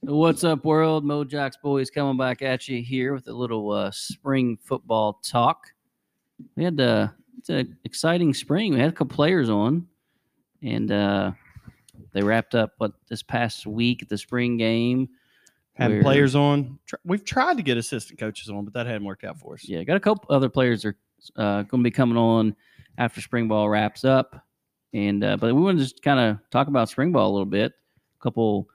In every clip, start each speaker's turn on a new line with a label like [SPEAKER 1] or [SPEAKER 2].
[SPEAKER 1] What's up, world? Mojack's boys coming back at you here with a little uh, spring football talk. We had uh, it's an exciting spring. We had a couple players on, and uh, they wrapped up what this past week at the spring game.
[SPEAKER 2] Having
[SPEAKER 1] We're-
[SPEAKER 2] players on. Tr- We've tried to get assistant coaches on, but that hadn't worked out for us.
[SPEAKER 1] Yeah, got a couple other players are uh, going to be coming on after spring ball wraps up, and uh, but we want to just kind of talk about spring ball a little bit. A couple,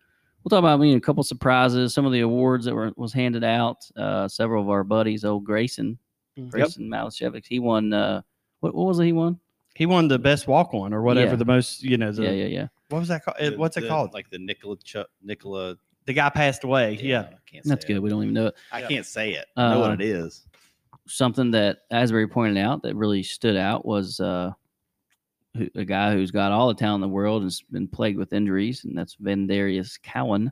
[SPEAKER 1] we'll talk about I mean, a couple surprises, some of the awards that were was handed out. Uh, several of our buddies, old Grayson,
[SPEAKER 2] Yep.
[SPEAKER 1] Grayson Malicevic, he won. Uh, what, what was it he won?
[SPEAKER 2] He won the best walk on or whatever
[SPEAKER 1] Yeah.
[SPEAKER 2] the most, you know, the,
[SPEAKER 1] yeah, yeah, yeah.
[SPEAKER 2] what was that called?
[SPEAKER 3] The-
[SPEAKER 2] What's it
[SPEAKER 3] the-
[SPEAKER 2] called? Like
[SPEAKER 3] Like the Nicola Chuck Nicola.
[SPEAKER 2] the guy passed away.
[SPEAKER 3] I
[SPEAKER 2] Yeah.
[SPEAKER 3] can't
[SPEAKER 1] That's
[SPEAKER 3] say it.
[SPEAKER 1] good. We don't even know it.
[SPEAKER 3] I
[SPEAKER 2] Yeah.
[SPEAKER 3] can't say it. I know
[SPEAKER 1] Uh,
[SPEAKER 3] what it is.
[SPEAKER 1] Something that Asbury pointed out that really stood out was uh, who, a guy who's got all the talent in the world and's been plagued with injuries, and that's Vendarius Cowan,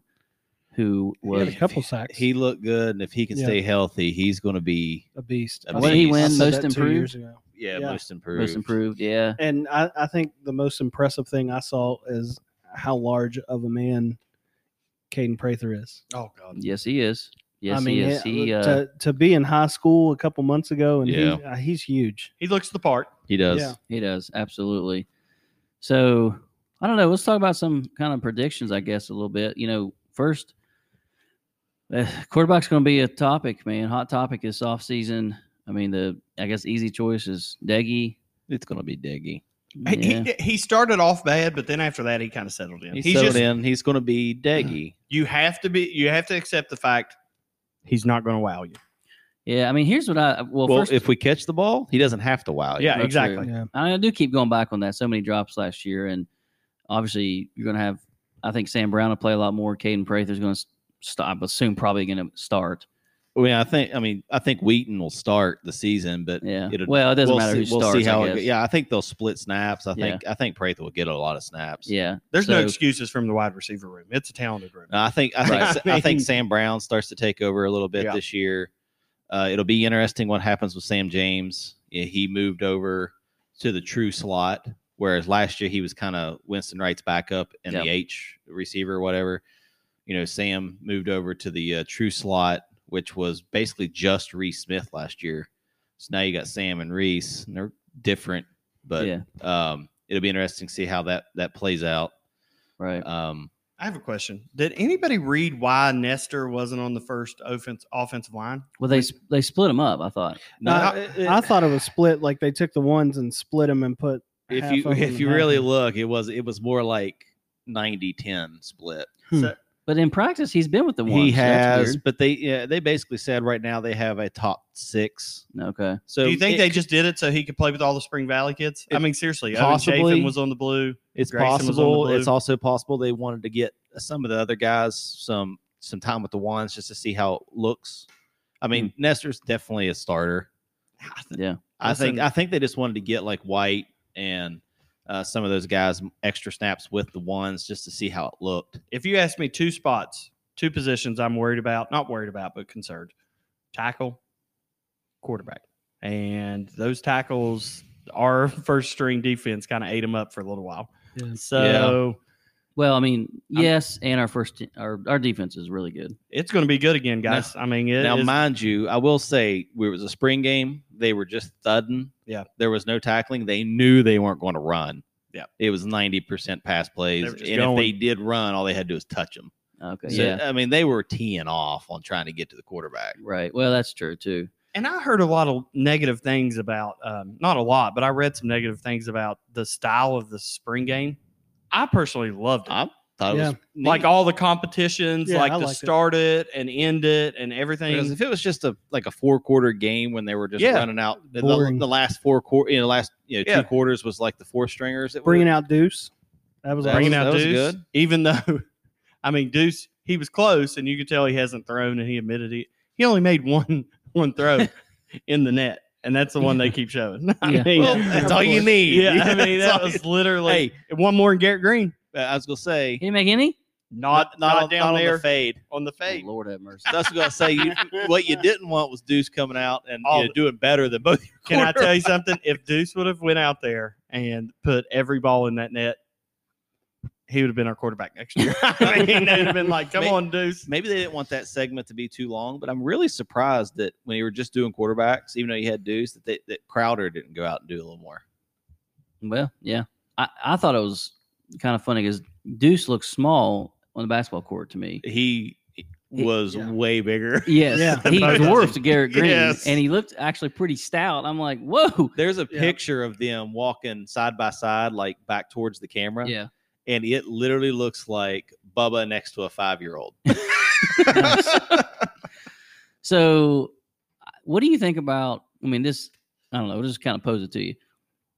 [SPEAKER 1] who
[SPEAKER 4] He had
[SPEAKER 1] was
[SPEAKER 4] a couple sacks.
[SPEAKER 3] He looked good, and if he can
[SPEAKER 4] Yeah.
[SPEAKER 3] stay healthy, he's going to be
[SPEAKER 4] a beast.
[SPEAKER 3] I
[SPEAKER 4] I
[SPEAKER 3] mean,
[SPEAKER 4] said-
[SPEAKER 3] he
[SPEAKER 4] I
[SPEAKER 3] win
[SPEAKER 4] said
[SPEAKER 1] most
[SPEAKER 4] that two
[SPEAKER 1] improved?
[SPEAKER 4] years ago.
[SPEAKER 3] yeah,
[SPEAKER 4] Yeah.
[SPEAKER 3] most improved.
[SPEAKER 1] most improved. Yeah,
[SPEAKER 4] And I, I think the most impressive thing I saw is how large of a man Caden Prather is.
[SPEAKER 2] Oh god.
[SPEAKER 1] yes, he is. Yes,
[SPEAKER 4] I mean,
[SPEAKER 1] he is. He,
[SPEAKER 4] yeah,
[SPEAKER 1] uh,
[SPEAKER 4] to, to be in high school a couple months ago, and
[SPEAKER 3] Yeah.
[SPEAKER 4] he's, uh, he's huge.
[SPEAKER 2] He looks the part.
[SPEAKER 3] He does.
[SPEAKER 4] Yeah.
[SPEAKER 1] he does absolutely. So I don't know. Let's talk about some kind of predictions, I guess, a little bit. You know, first, uh, quarterback's going to be a topic, man. Hot topic this offseason. I mean, the I guess easy choice is Deggy.
[SPEAKER 3] It's going to be diggy.
[SPEAKER 2] He-
[SPEAKER 1] Yeah.
[SPEAKER 2] He, he started off bad, but then after that he kind of settled in.
[SPEAKER 3] He's,
[SPEAKER 2] he's
[SPEAKER 3] settled
[SPEAKER 2] just
[SPEAKER 3] in. He's going to be diggy.
[SPEAKER 2] you have to be you have to accept the fact he's not going to wow you.
[SPEAKER 1] yeah, I mean, here's what I well,
[SPEAKER 3] well,
[SPEAKER 1] first
[SPEAKER 3] if we catch the ball, he doesn't have to wow. you.
[SPEAKER 2] Yeah,
[SPEAKER 1] That's
[SPEAKER 2] exactly.
[SPEAKER 1] true.
[SPEAKER 4] Yeah.
[SPEAKER 1] I, I do keep going back on that. So many drops last year, and obviously you're going to have. I think Sam Brown will play a lot more. Caden Prather's going to stop, but soon probably going to start.
[SPEAKER 3] I mean, I think. I mean, I think Wheaton will start the season, but
[SPEAKER 1] Yeah.
[SPEAKER 3] it'll-
[SPEAKER 1] well, it doesn't
[SPEAKER 3] we'll
[SPEAKER 1] matter
[SPEAKER 3] see,
[SPEAKER 1] who
[SPEAKER 3] we'll
[SPEAKER 1] starts.
[SPEAKER 3] see how
[SPEAKER 1] I
[SPEAKER 3] it go-
[SPEAKER 1] guess.
[SPEAKER 3] Yeah, I think they'll split snaps. I think. I think Prather will get a lot of snaps.
[SPEAKER 1] Yeah.
[SPEAKER 2] There's no
[SPEAKER 1] So-
[SPEAKER 2] excuses from the wide receiver room. It's a talented room.
[SPEAKER 3] No, Uh, I think I think
[SPEAKER 2] Right.
[SPEAKER 3] I, think
[SPEAKER 2] mean-
[SPEAKER 3] Sam Brown starts to take over a little bit
[SPEAKER 2] Yeah.
[SPEAKER 3] this year. Uh, it'll be interesting what happens with Sam James. Yeah, he moved over to the true slot, whereas last year he was kind of Winston Wright's backup and the
[SPEAKER 1] Yeah.
[SPEAKER 3] H receiver or whatever. You know, Sam moved over to the uh, true slot, which was basically just Reese Smith last year. So now you got Sam and Reese, and they're different, but
[SPEAKER 1] yeah.
[SPEAKER 3] um, it'll be interesting to see how that that plays out.
[SPEAKER 1] Right.
[SPEAKER 3] Um,
[SPEAKER 2] I have a question. Did anybody read why Nestor wasn't on the first offense offensive line?
[SPEAKER 1] Well, they sp- they split them up. I thought.
[SPEAKER 3] no,
[SPEAKER 4] Uh,
[SPEAKER 3] I-
[SPEAKER 4] I thought it was split. Like they took the ones and split them and put.
[SPEAKER 3] if
[SPEAKER 4] half
[SPEAKER 3] you
[SPEAKER 4] of 'em
[SPEAKER 3] if
[SPEAKER 4] in
[SPEAKER 3] you
[SPEAKER 4] half.
[SPEAKER 3] really look it was it was more like 90 10 split
[SPEAKER 4] Hmm.
[SPEAKER 2] So-
[SPEAKER 1] But in practice, he's been with the ones.
[SPEAKER 3] he
[SPEAKER 1] so that's
[SPEAKER 3] has
[SPEAKER 1] weird.
[SPEAKER 3] but they yeah, they basically said right now they have a top six
[SPEAKER 1] Okay.
[SPEAKER 3] so
[SPEAKER 2] Do you think
[SPEAKER 3] it-
[SPEAKER 2] they just did it so he could play with all the Spring Valley kids? I
[SPEAKER 3] It-
[SPEAKER 2] mean, seriously, Owen
[SPEAKER 3] possibly.
[SPEAKER 2] Chafin was on the blue.
[SPEAKER 3] it's
[SPEAKER 2] Grayson was on the
[SPEAKER 3] possible it's
[SPEAKER 2] blue?
[SPEAKER 3] also possible they wanted to get some of the other guys some some time with the ones just to see how it looks i mean
[SPEAKER 1] Hmm.
[SPEAKER 3] nestor's definitely a starter
[SPEAKER 2] Ah,
[SPEAKER 1] Yeah.
[SPEAKER 3] i think
[SPEAKER 2] Listen-
[SPEAKER 3] i think they just wanted to get like white and uh, some of those guys extra snaps with the ones just to see how it looked
[SPEAKER 2] If you ask me, two spots, two positions, I'm worried about. Not worried about, but concerned. Tackle, quarterback, and those tackles. Our first string defense kind of ate them up for a little while.
[SPEAKER 4] Yeah.
[SPEAKER 2] So
[SPEAKER 1] Well, I mean, yes, and our first te- our our defense is really good.
[SPEAKER 2] it's going to be good again, guys. I mean, it
[SPEAKER 3] Now,
[SPEAKER 2] is-
[SPEAKER 3] mind you, I will say it was a spring game. They were just thudding.
[SPEAKER 2] Yeah.
[SPEAKER 3] There was no tackling. They knew they weren't going to run.
[SPEAKER 2] Yeah.
[SPEAKER 3] It was 90% pass plays.
[SPEAKER 2] They were
[SPEAKER 3] And
[SPEAKER 2] just
[SPEAKER 3] if
[SPEAKER 2] going.
[SPEAKER 3] they did run, all they had to do was touch them.
[SPEAKER 1] Okay.
[SPEAKER 3] So,
[SPEAKER 1] yeah.
[SPEAKER 3] I mean, they were teeing off on trying to get to the quarterback.
[SPEAKER 1] Right. Well, that's true too.
[SPEAKER 2] and I heard a lot of negative things about, um, not a lot, but I read some negative things about the style of the spring game. I personally loved it.
[SPEAKER 3] I thought it was neat.
[SPEAKER 2] like all the competitions,
[SPEAKER 4] Yeah,
[SPEAKER 2] like
[SPEAKER 4] I
[SPEAKER 2] the
[SPEAKER 4] liked it.
[SPEAKER 2] start it. and end it and
[SPEAKER 3] Because
[SPEAKER 2] everything.
[SPEAKER 3] if it was just a like a four quarter game when they were just
[SPEAKER 2] Yeah.
[SPEAKER 3] running out the,
[SPEAKER 4] Boring.
[SPEAKER 3] the last four quarter, you know, last you know, two
[SPEAKER 2] Yeah.
[SPEAKER 3] quarters was like the four stringers. That
[SPEAKER 4] bringing
[SPEAKER 3] were,
[SPEAKER 4] out Deuce. That was
[SPEAKER 3] That
[SPEAKER 2] Bringing
[SPEAKER 3] was-
[SPEAKER 2] out
[SPEAKER 3] that was
[SPEAKER 2] Deuce,
[SPEAKER 3] good.
[SPEAKER 2] even though, I mean, Deuce, he was close, and you could tell he hasn't thrown, and he admitted he he only made one one throw in the net, and that's the one they keep showing. I
[SPEAKER 1] Yeah.
[SPEAKER 2] mean,
[SPEAKER 3] Well, that's all you need.
[SPEAKER 2] Yeah, I mean
[SPEAKER 3] That's
[SPEAKER 2] that
[SPEAKER 3] all
[SPEAKER 2] was
[SPEAKER 3] you-
[SPEAKER 2] literally one more in Garrett Green,
[SPEAKER 3] hey, I was gonna say
[SPEAKER 1] Can you make any?
[SPEAKER 2] not not,
[SPEAKER 3] on-
[SPEAKER 2] down
[SPEAKER 3] on the
[SPEAKER 2] there
[SPEAKER 3] fade.
[SPEAKER 2] on the
[SPEAKER 1] Oh,
[SPEAKER 2] fade.
[SPEAKER 1] Lord have mercy.
[SPEAKER 3] That's what I was gonna say. You, what you didn't want was Deuce coming out and you
[SPEAKER 2] All
[SPEAKER 3] know,
[SPEAKER 2] the-
[SPEAKER 3] doing better than both. your
[SPEAKER 2] Can I
[SPEAKER 3] quarterbacks.
[SPEAKER 2] tell you something? If Deuce would have went out there and put every ball in that net, he would have been our quarterback next year. I mean, they'd have been like, "Come
[SPEAKER 3] May-
[SPEAKER 2] on, Deuce."
[SPEAKER 3] Maybe they didn't want that segment to be too long, but I'm really surprised that when you were just doing quarterbacks, even though you had Deuce, that they, that Crowder didn't go out and do a little more.
[SPEAKER 1] Well, yeah. I, I thought it was kind of funny because Deuce looks small on the basketball court to me.
[SPEAKER 3] He was
[SPEAKER 4] yeah.
[SPEAKER 3] way bigger.
[SPEAKER 1] Yes.
[SPEAKER 4] Yeah.
[SPEAKER 1] he
[SPEAKER 2] Both of
[SPEAKER 1] dwarfed
[SPEAKER 2] them.
[SPEAKER 1] Garrett Green
[SPEAKER 2] Yes.
[SPEAKER 1] and he looked actually pretty stout. I'm like, whoa.
[SPEAKER 3] There's a
[SPEAKER 4] Yeah.
[SPEAKER 3] picture of them walking side by side, like back towards the camera,
[SPEAKER 1] Yeah.
[SPEAKER 3] and it literally looks like Bubba next to a five year old.
[SPEAKER 1] So, what do you think about? I mean, this, I don't know, just kind of pose it to you.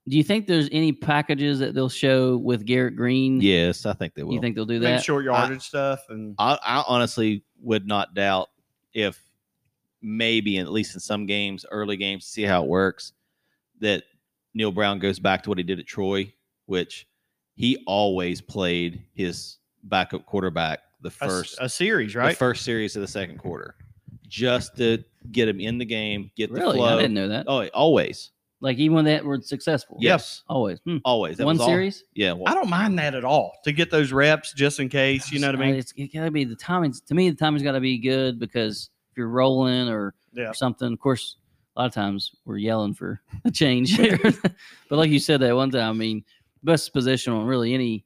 [SPEAKER 1] Do you think there's any packages that they'll show with Garrett Green?
[SPEAKER 3] Yes, I think they will.
[SPEAKER 1] You think they'll do
[SPEAKER 2] Maybe
[SPEAKER 1] that?
[SPEAKER 2] short yardage stuff and
[SPEAKER 3] I, I honestly would not doubt if maybe at least in some games, early games, to see how it works, that Neil Brown goes back to what he did at Troy, which he always played his backup quarterback the
[SPEAKER 2] a s-
[SPEAKER 3] first
[SPEAKER 2] a, series,
[SPEAKER 3] the
[SPEAKER 2] right?
[SPEAKER 3] first series of the second quarter, just to get him in the game, get the
[SPEAKER 1] Really?
[SPEAKER 3] flow.
[SPEAKER 1] I didn't know that.
[SPEAKER 3] Oh, always,
[SPEAKER 1] Like, even when that were successful.
[SPEAKER 3] Yes.
[SPEAKER 1] Always. Hmm.
[SPEAKER 3] always. That
[SPEAKER 1] One
[SPEAKER 3] was all-
[SPEAKER 1] series?
[SPEAKER 3] yeah.
[SPEAKER 2] I
[SPEAKER 3] Well,
[SPEAKER 2] don't mind that at all to get those reps just in case. You know what I mean?
[SPEAKER 1] It's, it gotta be the timing's to me. The timing's got to be good because if you're rolling or,
[SPEAKER 2] Yeah.
[SPEAKER 1] or something, of course, a lot of times we're yelling for a change there. but like you said that one time, I mean, best position on really any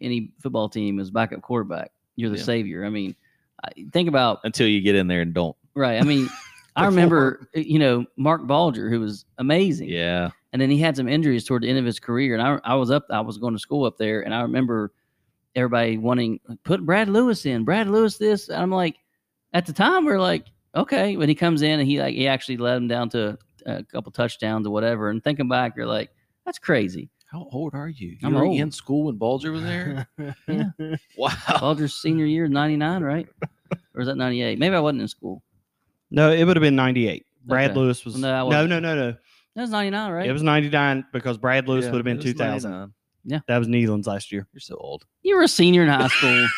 [SPEAKER 1] any football team is backup quarterback. You're the
[SPEAKER 3] Yeah.
[SPEAKER 1] savior. I mean, I, think about
[SPEAKER 3] until you get in there and don't.
[SPEAKER 1] right. I mean, I remember you know Mark Balger who was amazing
[SPEAKER 3] Yeah.
[SPEAKER 1] and then he had some injuries toward the end of his career. And I, I was up, I was going to school up there, and I remember everybody wanting put Brad Lewis in, Brad Lewis this. And I'm like, at the time we are like, okay. When he comes in and he like he actually led him down to a couple touchdowns or whatever. And thinking back, you're like, that's crazy.
[SPEAKER 3] How old are you?
[SPEAKER 1] I'm
[SPEAKER 3] were
[SPEAKER 1] old.
[SPEAKER 3] school when Bulger was there? wow.
[SPEAKER 1] Balder's senior year, '99, right? Or is that '98? Maybe I wasn't in school.
[SPEAKER 2] No, it would have been 98. Brad
[SPEAKER 1] Okay.
[SPEAKER 2] Lewis was
[SPEAKER 1] No, I
[SPEAKER 2] no, no,
[SPEAKER 1] wasn't.
[SPEAKER 2] no, no,
[SPEAKER 1] That was '99, right?
[SPEAKER 2] It was 99 because Brad Lewis
[SPEAKER 3] Yeah,
[SPEAKER 2] would have been
[SPEAKER 3] it was
[SPEAKER 2] 2000.
[SPEAKER 3] 99.
[SPEAKER 2] That was Neyland's last year.
[SPEAKER 3] You're so old.
[SPEAKER 1] you were a senior in high school.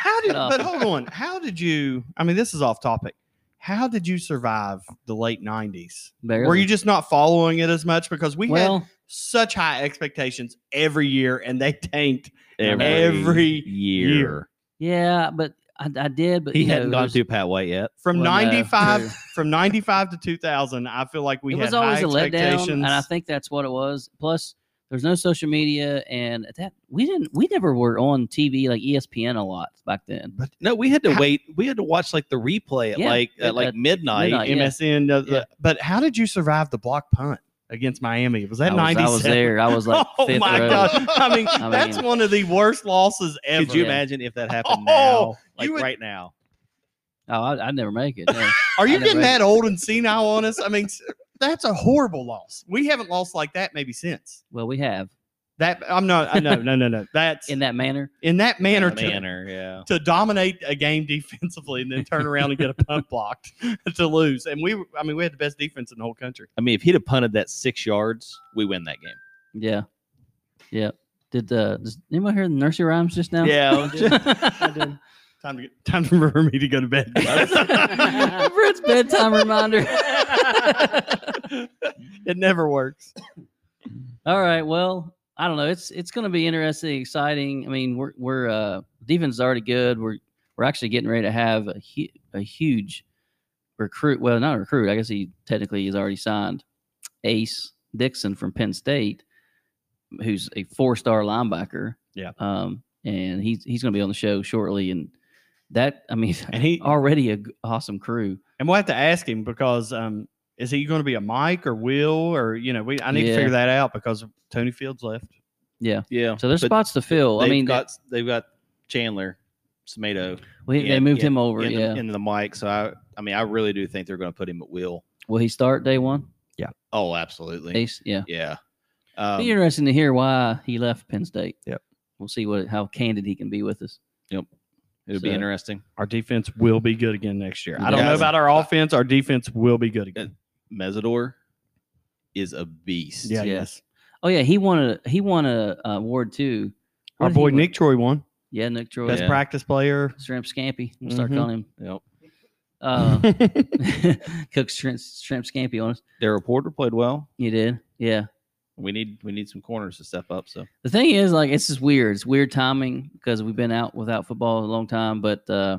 [SPEAKER 2] How did?
[SPEAKER 1] Shut
[SPEAKER 2] But
[SPEAKER 1] up.
[SPEAKER 2] hold on. How did you? I mean, this is off topic. How did you survive the late 90s?
[SPEAKER 1] Barely.
[SPEAKER 2] Were you just not following it as much because we had
[SPEAKER 1] well?
[SPEAKER 2] such high expectations every year and they tanked?
[SPEAKER 3] Every,
[SPEAKER 2] Every
[SPEAKER 3] year.
[SPEAKER 2] year.
[SPEAKER 1] Yeah, but I, I did. But
[SPEAKER 3] He
[SPEAKER 1] you know,
[SPEAKER 3] hadn't gone
[SPEAKER 1] there's-
[SPEAKER 3] through Pat White yet.
[SPEAKER 2] From
[SPEAKER 1] Well, no,
[SPEAKER 2] 95
[SPEAKER 1] true.
[SPEAKER 2] from 95 to 2000, I feel like we
[SPEAKER 1] it
[SPEAKER 2] had
[SPEAKER 1] was always a
[SPEAKER 2] high
[SPEAKER 1] letdown,
[SPEAKER 2] expectations.
[SPEAKER 1] and I think that's what it was. Plus, there's no social media, and at that we didn't we never were on TV like E ESPN a lot back then.
[SPEAKER 3] No, we had to
[SPEAKER 2] How-
[SPEAKER 3] wait. We had to watch like the replay at
[SPEAKER 1] Yeah,
[SPEAKER 3] like
[SPEAKER 1] at-
[SPEAKER 3] at like
[SPEAKER 1] at
[SPEAKER 3] midnight.
[SPEAKER 1] midnight. yeah.
[SPEAKER 2] MSN. uh, the-
[SPEAKER 1] Yeah.
[SPEAKER 2] But how did you survive the block punt against Miami? Was that
[SPEAKER 1] I, was, I
[SPEAKER 2] 97?
[SPEAKER 1] was there. I was like,
[SPEAKER 2] oh
[SPEAKER 1] fifth
[SPEAKER 2] my
[SPEAKER 1] row.
[SPEAKER 2] god! I mean,
[SPEAKER 1] I
[SPEAKER 2] that's
[SPEAKER 1] mean-
[SPEAKER 2] one of the worst losses ever.
[SPEAKER 3] Could you
[SPEAKER 1] Yeah.
[SPEAKER 3] imagine if that
[SPEAKER 2] Oh,
[SPEAKER 3] happened now? Like
[SPEAKER 2] you would-
[SPEAKER 3] right now.
[SPEAKER 1] Oh, I, I'd never make it. no.
[SPEAKER 2] Are you
[SPEAKER 1] never
[SPEAKER 2] getting
[SPEAKER 1] had-
[SPEAKER 2] that old and senile on us? I mean, s- that's a horrible loss. We haven't lost like that maybe since.
[SPEAKER 1] well, we have
[SPEAKER 2] That I'm not. I know. No, no, no. That's
[SPEAKER 1] in
[SPEAKER 2] in,
[SPEAKER 1] that manner.
[SPEAKER 2] that manner, to-
[SPEAKER 3] Manner, yeah.
[SPEAKER 2] To, dominate a game defensively and then turn around and get a punt blocked to lose. And we, were- I mean, we had the best defense in the whole country.
[SPEAKER 3] I mean, if he'd have punted that six yards, we win that game.
[SPEAKER 1] Yeah, yeah. Did uh, does anyone hear the nursery rhymes just now?
[SPEAKER 3] Yeah. oh,
[SPEAKER 1] I
[SPEAKER 2] did. Time to get time for me to go to bed. guys.
[SPEAKER 1] Brett's bedtime reminder.
[SPEAKER 2] it never works.
[SPEAKER 1] All right. Well, I don't know. It's it's going to be interesting, exciting. I mean, we're we're uh, defense is already good. We're we're actually getting ready to have a hu- a huge recruit. Well, not a recruit. I guess he technically is already signed. Ace Dixon from Penn State, who's a four star linebacker.
[SPEAKER 2] Yeah.
[SPEAKER 1] Um, and he's he's going to be on the show shortly. And that I mean,
[SPEAKER 2] And he
[SPEAKER 1] already a g- awesome crew.
[SPEAKER 2] and we'll have to ask him because um, is he going to be a Mike or Will or you know we I need
[SPEAKER 1] Yeah.
[SPEAKER 2] to figure that out because Tony Fields left.
[SPEAKER 3] Yeah.
[SPEAKER 1] So there's
[SPEAKER 3] But
[SPEAKER 1] spots to fill. I
[SPEAKER 3] they've
[SPEAKER 1] mean,
[SPEAKER 3] got they've got Chandler, Smato.
[SPEAKER 1] we, they
[SPEAKER 3] in-
[SPEAKER 1] moved
[SPEAKER 3] in-
[SPEAKER 1] him over.
[SPEAKER 3] in the-
[SPEAKER 1] yeah.
[SPEAKER 3] into the mic. So I, I mean, I really do think they're going to put him at will.
[SPEAKER 1] Will he start day one?
[SPEAKER 3] Oh, absolutely.
[SPEAKER 1] Ace. Yeah.
[SPEAKER 3] Yeah. Um,
[SPEAKER 1] be interesting to hear why he left Penn State.
[SPEAKER 2] Yep.
[SPEAKER 1] We'll see what how candid he can be with us.
[SPEAKER 3] it'll be
[SPEAKER 1] so-
[SPEAKER 3] interesting.
[SPEAKER 2] Our defense will be good again next year. I don't
[SPEAKER 1] Yeah.
[SPEAKER 2] know about our offense. Our defense will be good again.
[SPEAKER 3] Mesidor is a beast.
[SPEAKER 2] Yeah.
[SPEAKER 1] Yeah.
[SPEAKER 2] Yes.
[SPEAKER 1] Oh yeah, he won a he won a uh, award too. What
[SPEAKER 2] Our
[SPEAKER 1] did he
[SPEAKER 2] boy
[SPEAKER 1] win?
[SPEAKER 2] Nick Troy won
[SPEAKER 1] Yeah, Nick Troy.
[SPEAKER 2] best
[SPEAKER 3] Oh, Yeah.
[SPEAKER 2] practice player.
[SPEAKER 1] Shrimp Scampy. We'll start
[SPEAKER 3] Mm-hmm.
[SPEAKER 2] Mhm.
[SPEAKER 1] calling him.
[SPEAKER 3] Yep.
[SPEAKER 1] Uh, Cook uh, shrimp, shrimp Scampy on us.
[SPEAKER 3] Daryl Porter played well.
[SPEAKER 1] You did, yeah.
[SPEAKER 3] we need we need some corners to step up. So
[SPEAKER 1] The thing is, like, it's just weird. It's weird timing because we've been out without football a long time. But uh,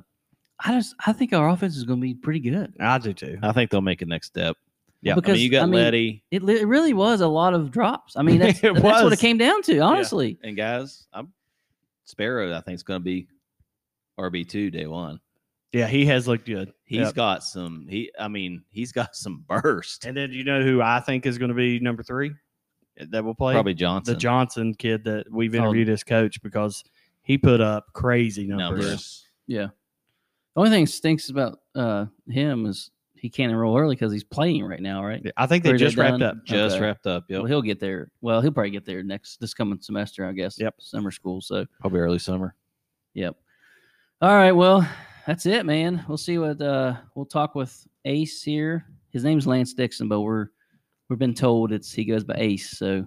[SPEAKER 1] I just, I think our offense is going to be pretty good.
[SPEAKER 2] I do too.
[SPEAKER 3] I think they'll make a next step. Yeah, I
[SPEAKER 1] Because,
[SPEAKER 3] mean, you got
[SPEAKER 1] I mean-
[SPEAKER 3] Letty
[SPEAKER 1] It, li- it really was a lot of drops. I mean, that's,
[SPEAKER 2] It
[SPEAKER 1] that's what
[SPEAKER 2] was.
[SPEAKER 1] it came down to, honestly.
[SPEAKER 3] and guys. I'm Sparrow. I think is going to be RB two day one.
[SPEAKER 2] Yeah, he has looked good.
[SPEAKER 3] He's
[SPEAKER 2] Yep.
[SPEAKER 3] got some. He, I mean, he's got some burst.
[SPEAKER 2] And then you know who I think is going to be number three that will play
[SPEAKER 3] Probably Johnson.
[SPEAKER 2] the Johnson kid that we've
[SPEAKER 1] Oh.
[SPEAKER 2] interviewed as coach because he put up crazy numbers.
[SPEAKER 3] numbers.
[SPEAKER 1] The only thing stinks about uh, him is he can't enroll early because he's playing right now, right?
[SPEAKER 2] Yeah, I think they
[SPEAKER 1] Or is it
[SPEAKER 2] just wrapped
[SPEAKER 1] done?
[SPEAKER 2] up.
[SPEAKER 3] Just
[SPEAKER 1] Okay.
[SPEAKER 3] wrapped up. Yep.
[SPEAKER 1] Well, he'll get there. Well, he'll probably get there next this coming semester, I guess.
[SPEAKER 2] Yep.
[SPEAKER 1] Summer school. So,
[SPEAKER 3] Probably early summer.
[SPEAKER 1] yep. All right. Well, that's it, man. We'll see what uh we'll talk with Ace here. His name's Lance Dixon, but we're we've been told it's he goes by Ace. So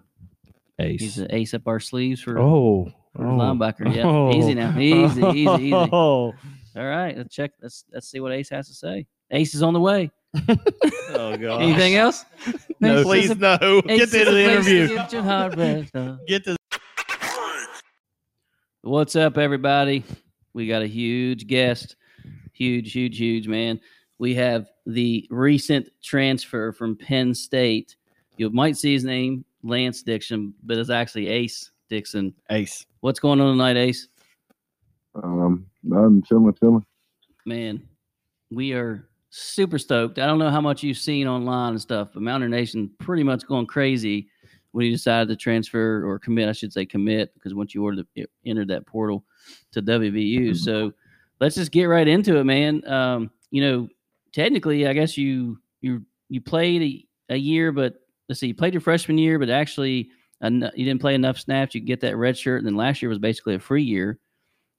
[SPEAKER 1] he's
[SPEAKER 3] Ace.
[SPEAKER 1] an ace up our sleeves for,
[SPEAKER 2] Oh,
[SPEAKER 1] for linebacker. Yeah. Easy now. Easy, easy, easy. All
[SPEAKER 2] Oh.
[SPEAKER 1] right. Let's check. Let's let's see what Ace has to say. Ace is on the way.
[SPEAKER 3] Oh god.
[SPEAKER 1] Anything else?
[SPEAKER 2] No,
[SPEAKER 1] Ace
[SPEAKER 2] please
[SPEAKER 1] is a-
[SPEAKER 2] no. Get
[SPEAKER 1] Ace
[SPEAKER 2] to
[SPEAKER 1] is a place
[SPEAKER 2] the
[SPEAKER 1] to
[SPEAKER 2] interview.
[SPEAKER 1] get your heart beat, uh.
[SPEAKER 2] Get to
[SPEAKER 1] What's up, everybody? We got a huge guest. Huge, huge, huge, man. We have the recent transfer from Penn State. You might see his name, Lance Dixon, but it's actually Ace Dixon.
[SPEAKER 2] Ace.
[SPEAKER 1] What's going on tonight, Ace?
[SPEAKER 5] Um, I'm chilling, chilling.
[SPEAKER 1] Man, we are super stoked. I don't know how much you've seen online and stuff, but Mountain Nation pretty much going crazy when you decided to transfer or commit. I should say commit because once you ordered the, entered that portal to WVU, so let's just get right into it, man. Um, you know, technically, I guess you you you played a, a year, but let's see, you played your freshman year, but actually. en- You didn't play enough snaps. You get that red shirt, and then last year was basically a free year.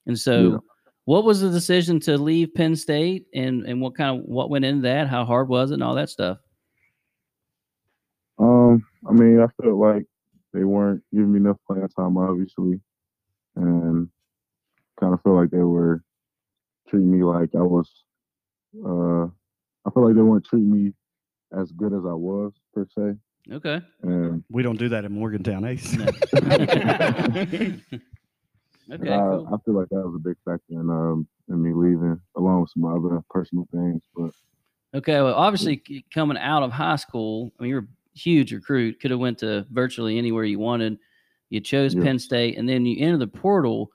[SPEAKER 1] And so,
[SPEAKER 5] Yeah.
[SPEAKER 1] what was the decision to leave Penn State and and what kind of what went into that? How hard was it and all that stuff?
[SPEAKER 5] Um, I mean, I felt like they weren't giving me enough playing time, obviously, and kind of felt like they were treating me like I was. Uh, I felt like they weren't treating me as good as I was per se,
[SPEAKER 1] Okay.
[SPEAKER 5] and
[SPEAKER 2] We don't do that in Morgantown, Ace.
[SPEAKER 1] No. okay.
[SPEAKER 5] I,
[SPEAKER 1] Cool.
[SPEAKER 5] I feel like that was a big factor in um in me leaving, along with some other personal things. But
[SPEAKER 1] Okay. Well, obviously c- coming out of high school, I mean, you're a huge recruit. Could have went to virtually anywhere you wanted. You chose
[SPEAKER 5] Yeah.
[SPEAKER 1] Penn State, and then you enter the portal.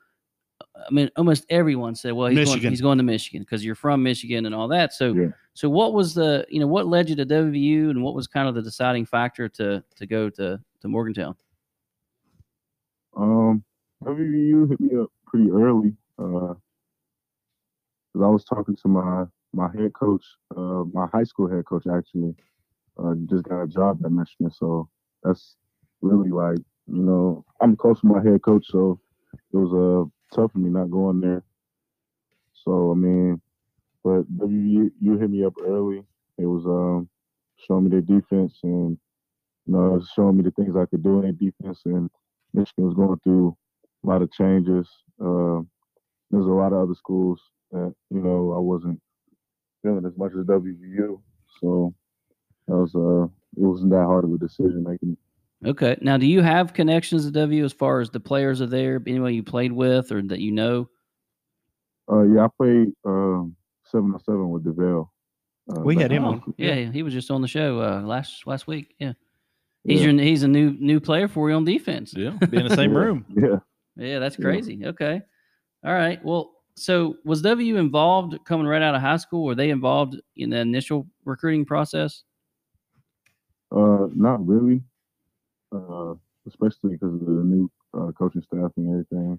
[SPEAKER 1] I mean, almost everyone said, "Well, he's,
[SPEAKER 2] Michigan.
[SPEAKER 1] going, he's going to Michigan because you're from Michigan and all that." So,
[SPEAKER 5] Yeah.
[SPEAKER 1] so what was the you know what led you to WVU, and what was kind of the deciding factor to to go to to Morgantown?
[SPEAKER 5] Um, WVU hit me up pretty early. Uh, 'cause I was talking to my my head coach, uh, my high school head coach actually, uh, just got a job at Michigan, so that's really like you know I'm close to my head coach, so it was uh tough for me not going there. So I mean, but WVU you hit me up early. It was um showing me their defense and you know showing me the things I could do in their defense and Michigan was going through a lot of changes. Uh, there's a lot of other schools that you know I wasn't feeling as much as WVU, so that was uh, it wasn't that hard of a decision making.
[SPEAKER 1] Okay. Now, do you have connections to W as far as the players are there, anyone you played with or that you know?
[SPEAKER 5] Uh, yeah, I played um, seven on seven with Deville. Uh,
[SPEAKER 2] We had
[SPEAKER 5] back-
[SPEAKER 2] him on.
[SPEAKER 1] yeah, he was just on the show uh, last last week. Yeah, he's
[SPEAKER 5] Yeah.
[SPEAKER 1] your he's a new new player for you on defense. Yeah,
[SPEAKER 3] Yeah. Be in the same
[SPEAKER 5] Yeah,
[SPEAKER 3] room.
[SPEAKER 5] Yeah,
[SPEAKER 1] that's
[SPEAKER 5] Yeah.
[SPEAKER 1] crazy. Okay, all right. Well, so was W involved coming right out of high school? Were they involved in the initial recruiting process?
[SPEAKER 5] uh, not really, uh, especially because of the new uh, coaching staff and everything.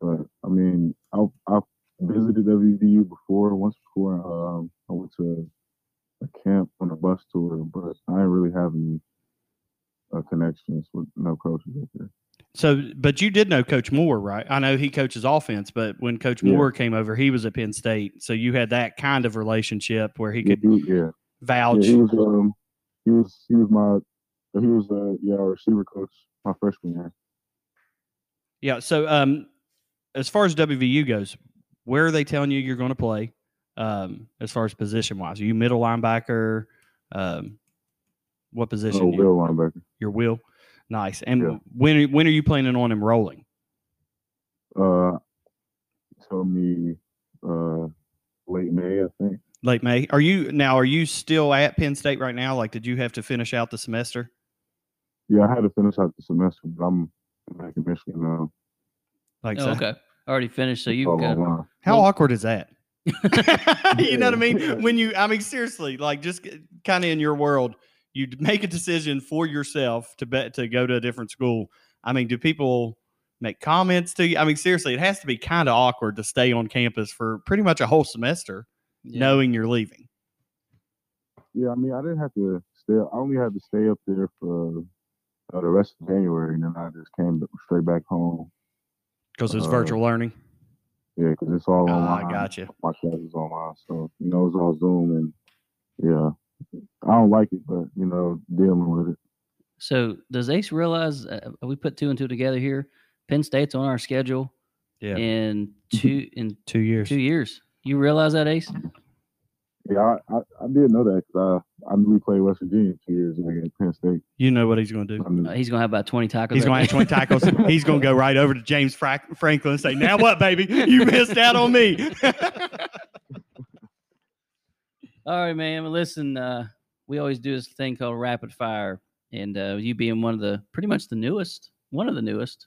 [SPEAKER 5] But I mean, I I visited WVU before once before. Um, I went to a camp on a bus tour, but I didn't really have any uh, connections with no coaches up there.
[SPEAKER 2] So, but you did know Coach Moore, right? I know he coaches offense, but when Coach
[SPEAKER 5] Yeah.
[SPEAKER 2] Moore came over, he was at Penn State, so you had that kind of relationship where he could
[SPEAKER 5] yeah.
[SPEAKER 2] vouch.
[SPEAKER 5] Yeah, he was um he was he was my he was uh yeah our receiver coach my freshman year.
[SPEAKER 2] Yeah. So, um, as far as WVU goes, where are they telling you you're going to play? Um, as far as position wise, are you middle linebacker? Um, what position?
[SPEAKER 5] Oh,
[SPEAKER 2] you-
[SPEAKER 5] Bill linebacker.
[SPEAKER 2] your will. Nice. And
[SPEAKER 5] Yeah.
[SPEAKER 2] when are- when are you planning on enrolling?
[SPEAKER 5] Uh, told me uh, late May, I think.
[SPEAKER 2] Late May. Are you now? Are you still at Penn State right now? Like, did you have to finish out the semester?
[SPEAKER 5] Yeah, I had to finish out the semester, but I'm back in Michigan now.
[SPEAKER 2] Like,
[SPEAKER 1] Oh,
[SPEAKER 2] so-
[SPEAKER 1] okay. Already finished. So you've
[SPEAKER 5] all
[SPEAKER 1] got
[SPEAKER 5] online.
[SPEAKER 2] how
[SPEAKER 1] Well-
[SPEAKER 2] awkward is that? you know what I
[SPEAKER 5] Yeah.
[SPEAKER 2] mean? When you, I mean, seriously, like just kind of in your world, you d- make a decision for yourself to bet to go to a different school. I mean, do people make comments to you? I mean, seriously, it has to be kind of awkward to stay on campus for pretty much a whole semester knowing you're leaving.
[SPEAKER 5] Yeah, I mean, I didn't have to stay. I only had to stay up there for uh, the rest of January, and then I just came b- straight back home.
[SPEAKER 2] Because
[SPEAKER 1] Uh-huh.
[SPEAKER 2] it's
[SPEAKER 5] Uh,
[SPEAKER 2] virtual learning.
[SPEAKER 5] Yeah, because it's all
[SPEAKER 2] Ah,
[SPEAKER 5] online.
[SPEAKER 2] I gotcha.
[SPEAKER 5] Oh, My classes online, so you know it's all Zoom, and yeah, I don't like it, but you know, dealing with it.
[SPEAKER 1] So does Ace realize uh, we put two and two together here? Penn State's on our schedule
[SPEAKER 2] Yeah.
[SPEAKER 1] in two in
[SPEAKER 2] Two years.
[SPEAKER 1] two years. You realize that, Ace? Uh,
[SPEAKER 5] Yeah, I, I, I did know that because I I knew we played West Virginia two years ago at Penn State.
[SPEAKER 2] You know what he's going to do.
[SPEAKER 5] I knew-
[SPEAKER 1] Uh, he's gonna have about twenty tacos.
[SPEAKER 2] He's
[SPEAKER 1] that
[SPEAKER 2] going to have
[SPEAKER 1] day.
[SPEAKER 2] 20 tackles. He's going to go right over to James Frank- Franklin and say, Now what, baby? You missed out on me.
[SPEAKER 1] All right, man. Well, Listen, uh, we always do this thing called rapid fire, and uh, you being one of the pretty much the newest, one of the newest,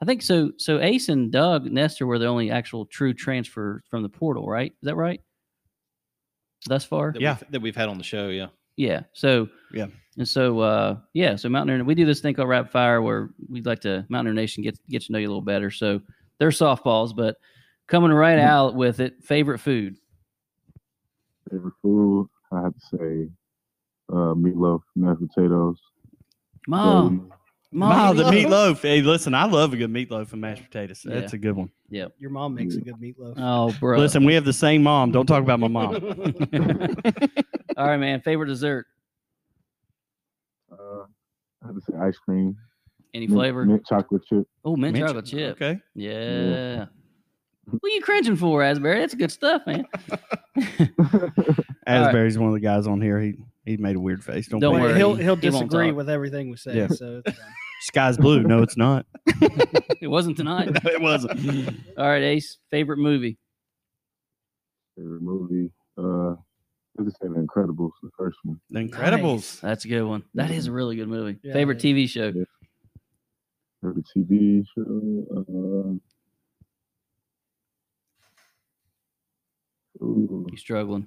[SPEAKER 1] I think. So, so Ace and Doug Nestor were the only actual true transfer from the portal, right? Is that right? Thus far,
[SPEAKER 3] That
[SPEAKER 2] Yeah.
[SPEAKER 3] we've, that we've had on the show. Yeah,
[SPEAKER 1] Yeah. So
[SPEAKER 2] Yeah.
[SPEAKER 1] And so uh yeah, so Mountaineer we do this thing called Rapid Fire where we'd like to Mountaineer Nation get get to know you a little better. So they're softballs, but coming
[SPEAKER 2] Mm.
[SPEAKER 1] right out with it, favorite food.
[SPEAKER 5] favorite food, I have to say, uh, meatloaf, mashed potatoes.
[SPEAKER 1] Mom.
[SPEAKER 5] gravy.
[SPEAKER 2] Wow, the
[SPEAKER 1] meatloaf.
[SPEAKER 2] meatloaf. Hey, listen, I love a good meatloaf and mashed potatoes. That's a good one.
[SPEAKER 4] Your mom makes
[SPEAKER 3] Mm.
[SPEAKER 4] a good meatloaf.
[SPEAKER 1] Oh bro.
[SPEAKER 2] Listen, we have the same mom. Don't talk about my mom.
[SPEAKER 1] All right, man. Favorite dessert.
[SPEAKER 5] Uh, I have to say ice cream.
[SPEAKER 1] Any
[SPEAKER 5] mint-
[SPEAKER 1] flavor?
[SPEAKER 5] Mint chocolate chip.
[SPEAKER 1] oh, mint,
[SPEAKER 2] Mint-
[SPEAKER 1] chocolate chip.
[SPEAKER 2] Okay.
[SPEAKER 1] Yeah. What are you cringing for, Asbury? That's good stuff, man. right.
[SPEAKER 2] Asbury's one of the guys on here. He he made a weird face. Don't,
[SPEAKER 1] Don't
[SPEAKER 2] pay
[SPEAKER 4] Well,
[SPEAKER 1] worry.
[SPEAKER 2] attention.
[SPEAKER 4] He'll he'll
[SPEAKER 1] He won't
[SPEAKER 4] disagree
[SPEAKER 1] talk.
[SPEAKER 4] with everything we say.
[SPEAKER 2] Yeah.
[SPEAKER 4] So it's fine.
[SPEAKER 2] Sky's blue. No, it's not.
[SPEAKER 1] It wasn't tonight.
[SPEAKER 2] No, it wasn't.
[SPEAKER 1] All right, Ace. Favorite movie.
[SPEAKER 5] favorite movie. Uh, I have to say The Incredibles, the first one.
[SPEAKER 2] The Incredibles.
[SPEAKER 1] That's a good one. That is a really good movie.
[SPEAKER 4] Yeah,
[SPEAKER 1] Favorite
[SPEAKER 4] it
[SPEAKER 1] TV show.
[SPEAKER 5] Favorite TV show. Uh, ooh,
[SPEAKER 1] You struggling?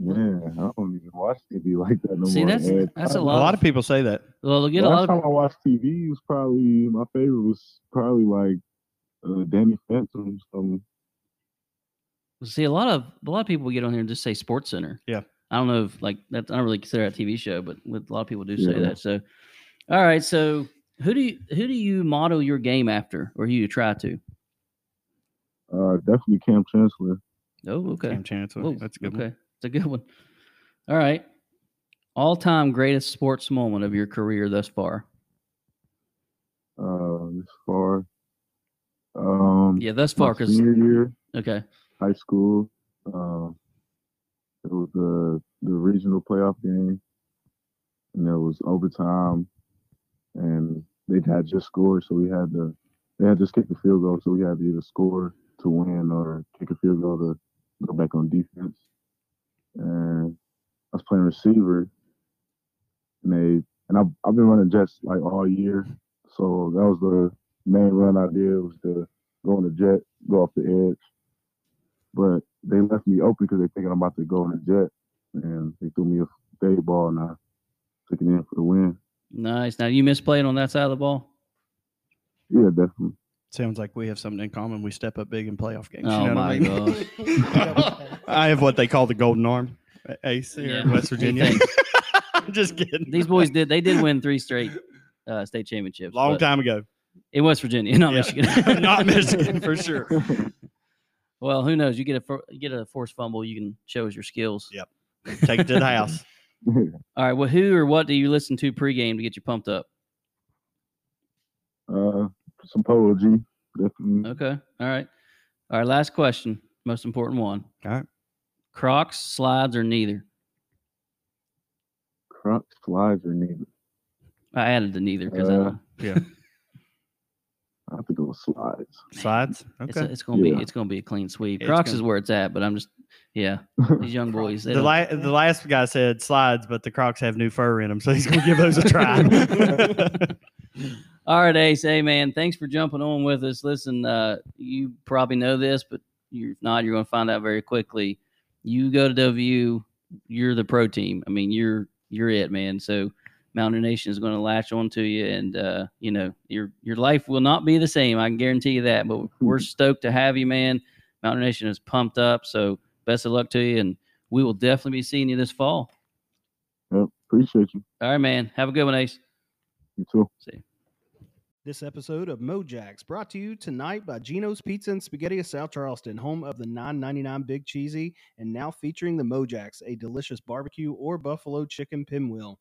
[SPEAKER 5] man, I don't even watch TV like that no
[SPEAKER 1] See,
[SPEAKER 5] more.
[SPEAKER 1] that's-
[SPEAKER 5] Ed.
[SPEAKER 1] that's a
[SPEAKER 5] I-
[SPEAKER 2] A lot of people say that.
[SPEAKER 1] Well, they'll get a
[SPEAKER 5] Last
[SPEAKER 1] lot
[SPEAKER 5] time
[SPEAKER 1] of.
[SPEAKER 5] I watched TV was probably my favorite was probably like uh, Danny Phantom. Some
[SPEAKER 1] See, a lot of a lot of people get on here and just say Sports Center.
[SPEAKER 2] Yeah.
[SPEAKER 1] I don't know if like that. I don't really consider that a TV show, but with- a lot of people do say
[SPEAKER 5] Yeah.
[SPEAKER 1] that. So, all right. So, who do you who do you model your game after, or who you try to?
[SPEAKER 5] uh, definitely Cam Chancellor.
[SPEAKER 1] Oh, okay.
[SPEAKER 2] Cam Chancellor.
[SPEAKER 1] Whoa,
[SPEAKER 2] That's a good
[SPEAKER 1] okay.
[SPEAKER 2] one.
[SPEAKER 1] It's a good one. All right. All time greatest sports moment of your career thus far.
[SPEAKER 5] Uh, this far. Um,
[SPEAKER 1] Yeah, thus
[SPEAKER 5] my
[SPEAKER 1] far. Because
[SPEAKER 5] senior year,
[SPEAKER 1] okay,
[SPEAKER 5] high school. Um, it was the the regional playoff game, and it was overtime, and they had just scored, so we had to they had just kicked the field goal, so we had to either score to win or kick a field goal to go back on defense. And I was playing receiver, and they and I've I've been running jets like all year, so that was the main run I did was to go on the jet, go off the edge but they left me open because they thinking I'm about to go on a jet, and they threw me a day ball, and I took it in for the win.
[SPEAKER 1] nice. Now you misplayed on that side of the ball.
[SPEAKER 5] Yeah, definitely.
[SPEAKER 2] Sounds like we have something in common. We step up big in playoff games.
[SPEAKER 1] Oh
[SPEAKER 2] you know
[SPEAKER 1] my
[SPEAKER 2] what I
[SPEAKER 1] gosh.
[SPEAKER 2] mean? I have what they call the golden arm. Ace here in
[SPEAKER 1] Yeah.
[SPEAKER 2] West Virginia.
[SPEAKER 1] Thanks.
[SPEAKER 2] I'm just kidding.
[SPEAKER 1] These boys did. They did win three straight uh, state championships.
[SPEAKER 2] Long
[SPEAKER 1] but
[SPEAKER 2] time ago.
[SPEAKER 1] in West Virginia, not
[SPEAKER 2] Yeah.
[SPEAKER 1] Michigan.
[SPEAKER 2] Not Michigan for sure.
[SPEAKER 1] Well, who knows? You get a for- you get a forced fumble, you can show us your skills.
[SPEAKER 2] Yeah. Take it to the house.
[SPEAKER 1] All right. Well, who or what do you listen to pregame to get you pumped up?
[SPEAKER 5] uh, some Polo G, definitely.
[SPEAKER 1] Okay. All right. All right. Last question. Most important one.
[SPEAKER 2] All right.
[SPEAKER 1] Crocs, slides, or neither.
[SPEAKER 5] Crocs, flies, or neither?
[SPEAKER 1] I added the neither because
[SPEAKER 5] Uh, I have to go with slides.
[SPEAKER 2] Slides.
[SPEAKER 1] it's,
[SPEAKER 2] Okay.
[SPEAKER 1] it's gonna
[SPEAKER 5] Yeah.
[SPEAKER 1] be it's gonna be a clean sweep.
[SPEAKER 2] It's
[SPEAKER 1] Crocs
[SPEAKER 2] gonna-
[SPEAKER 1] is where it's at, but I'm just yeah. These young boys, they
[SPEAKER 2] the,
[SPEAKER 1] don't-
[SPEAKER 2] la- the last guy said slides, but the Crocs have new fur in them, so he's gonna give those a try.
[SPEAKER 1] All right, Ace. Hey, man, thanks for jumping on with us. Listen, uh, you probably know this, but you're if not. You're going to find out very quickly. You go to W, you're the pro team. I mean, you're you're it, man. So Mountain Nation is going to latch onto you, and uh, you know your your life will not be the same. I can guarantee you that. But we're stoked to have you, man. Mountain Nation is pumped up. So best of luck to you, and we will definitely be seeing you this fall.
[SPEAKER 5] Yep, appreciate you.
[SPEAKER 1] All right, man. Have a good one, Ace.
[SPEAKER 5] You too.
[SPEAKER 1] See. you.
[SPEAKER 4] This episode of Mojax brought to you tonight by Gino's Pizza and Spaghetti of South Charleston, home of the 9.99 Big Cheesy, and now featuring the Mojax, a delicious barbecue or buffalo chicken pinwheel.